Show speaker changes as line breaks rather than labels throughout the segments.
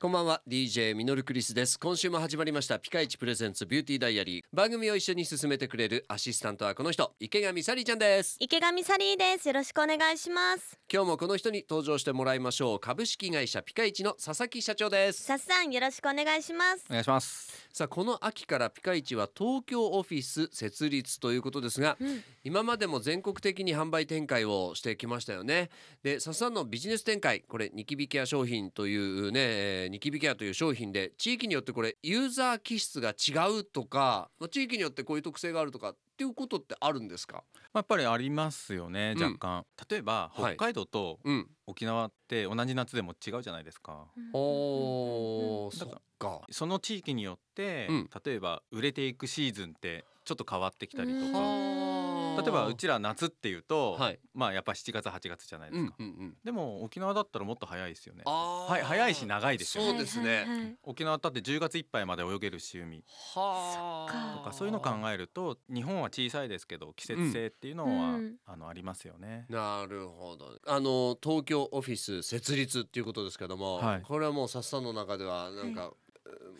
こんばんは DJ ミノルクリスです今週も始まりましたピカイチプレゼンツビューティーダイアリー番組を一緒に進めてくれるアシスタントはこの人池上サリーちゃんです
池上サリーですよろしくお願いします
今日もこの人に登場してもらいましょう株式会社ピカイチの佐々木社長です
さっさんよろしくお願いします
お願いします
さあこの秋からピカイチは東京オフィス設立ということですが、
うん
今までも全国的に販売展開をしてきましたよねで佐々さんのビジネス展開これニキビケア商品というねえーニキビケアという商品で地域によってこれユーザー気質が違うとか、まあ、地域によってこういう特性があるとかっていうことってあるんですか
まあやっぱりありますよね
うん
若干、例えば
はい
北海道と
うん
沖縄って同じ夏でも違うじゃないですか、
おー
うん
そっか
その地域によって、
うん
例えば売れていくシーズンってちょっと変わってきたりと
う
か
ん
例えばうちら夏っていうと、
はい
まあやっぱ7月8月じゃないですか、
うんうん
でも沖縄だったらもっと早いですよね
あー
はい早いし長いですよ
そ
ね
うですね
はいはいはい
沖縄だって10月いっぱいまで泳げるし海
は
そっか
とかそういうの考えると日本は小さいですけど季節性っていうのは、
うん
あのありますよね。
なるほどあの東京オフィス設立っていうことですけども、
はい
これはもうさっさんの中ではなんか、えー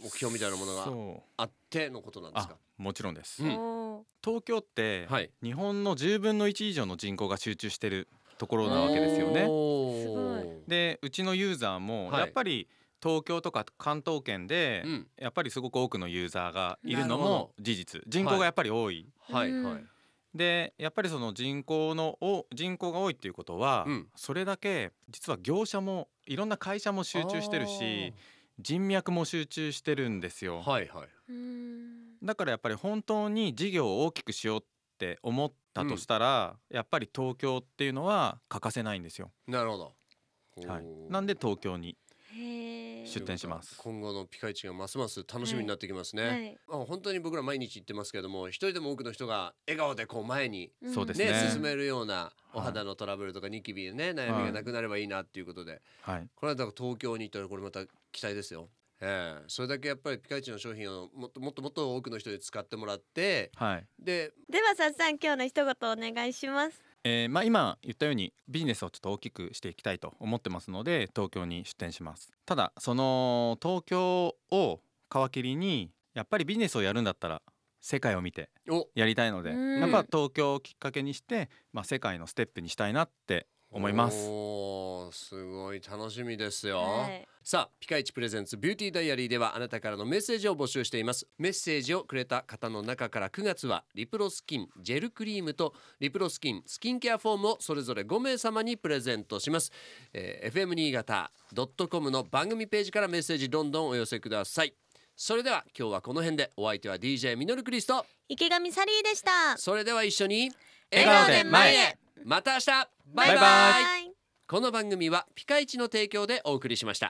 目標みたいなものが
そう
あってのことなんです
あ
か
もちろんです、
うん
おー
東京って、
はい
日本の10分の1以上の人口が集中してるところなわけですよね。
おー
すごい
でうちのユーザーも
はい
やっぱり東京とか関東圏で、
うん
やっぱりすごく多くのユーザーがいるの
なるほ
も事実人口がやっぱり多い、
はい
うん
はい
でやっぱりその人口のお人口が多いっていうことは、
うん
それだけ実は業者もいろんな会社も集中してるし人脈も集中してるんです
あ
よ、
ーはいはいう
ーん
だからやっぱり本当に事業を大きくしようって思ったとしたら、やっぱり東京っていうのは欠かせないんですよ、
なるほど、
はい
お、ー
なんで東京に
へー
出店します
今後のピカイチがますます楽しみになってきますね、
はい
まあ、本当に僕ら毎日言ってますけども一人でも多くの人が笑顔でこう前に
ん
そうです
ね
ね
進めるようなお肌のトラブルとかニキビね悩みがなくなればいいなっていうことで、
はい
これはだから東京に行ったらこれまた期待ですよ。ええそれだけやっぱりピカイチの商品をもっともっともっと多くの人に使ってもらって
はい
で
ではさっさん今日の一言お願いします
えーまあ、今言ったようにビジネスをちょっと大きくしていきたいと思ってますので東京に出店しますただその東京を皮切りにやっぱりビジネスをやるんだったら世界を見て
お
やりたいので
うん
やっぱ東京をきっかけにして、まあ、世界のステップにしたいなって思います
おーすごい楽しみですよ。
はい
さあピカイチプレゼンツビューティーダイアリーではあなたからのメッセージを募集していますメッセージをくれた方の中から9月はリプロスキンジェルクリームとリプロスキンスキンケアフォームをそれぞれ5名様にプレゼントします、えー FM 新潟 .com の番組ページからメッセージどんどんお寄せくださいそれでは今日はこの辺でお相手は DJ ミノルクリスト
池上サリーでした
それでは一緒に
笑顔で前へ
また明日バイバイ
バイバ
この番組はピカイチの提供でお送りしました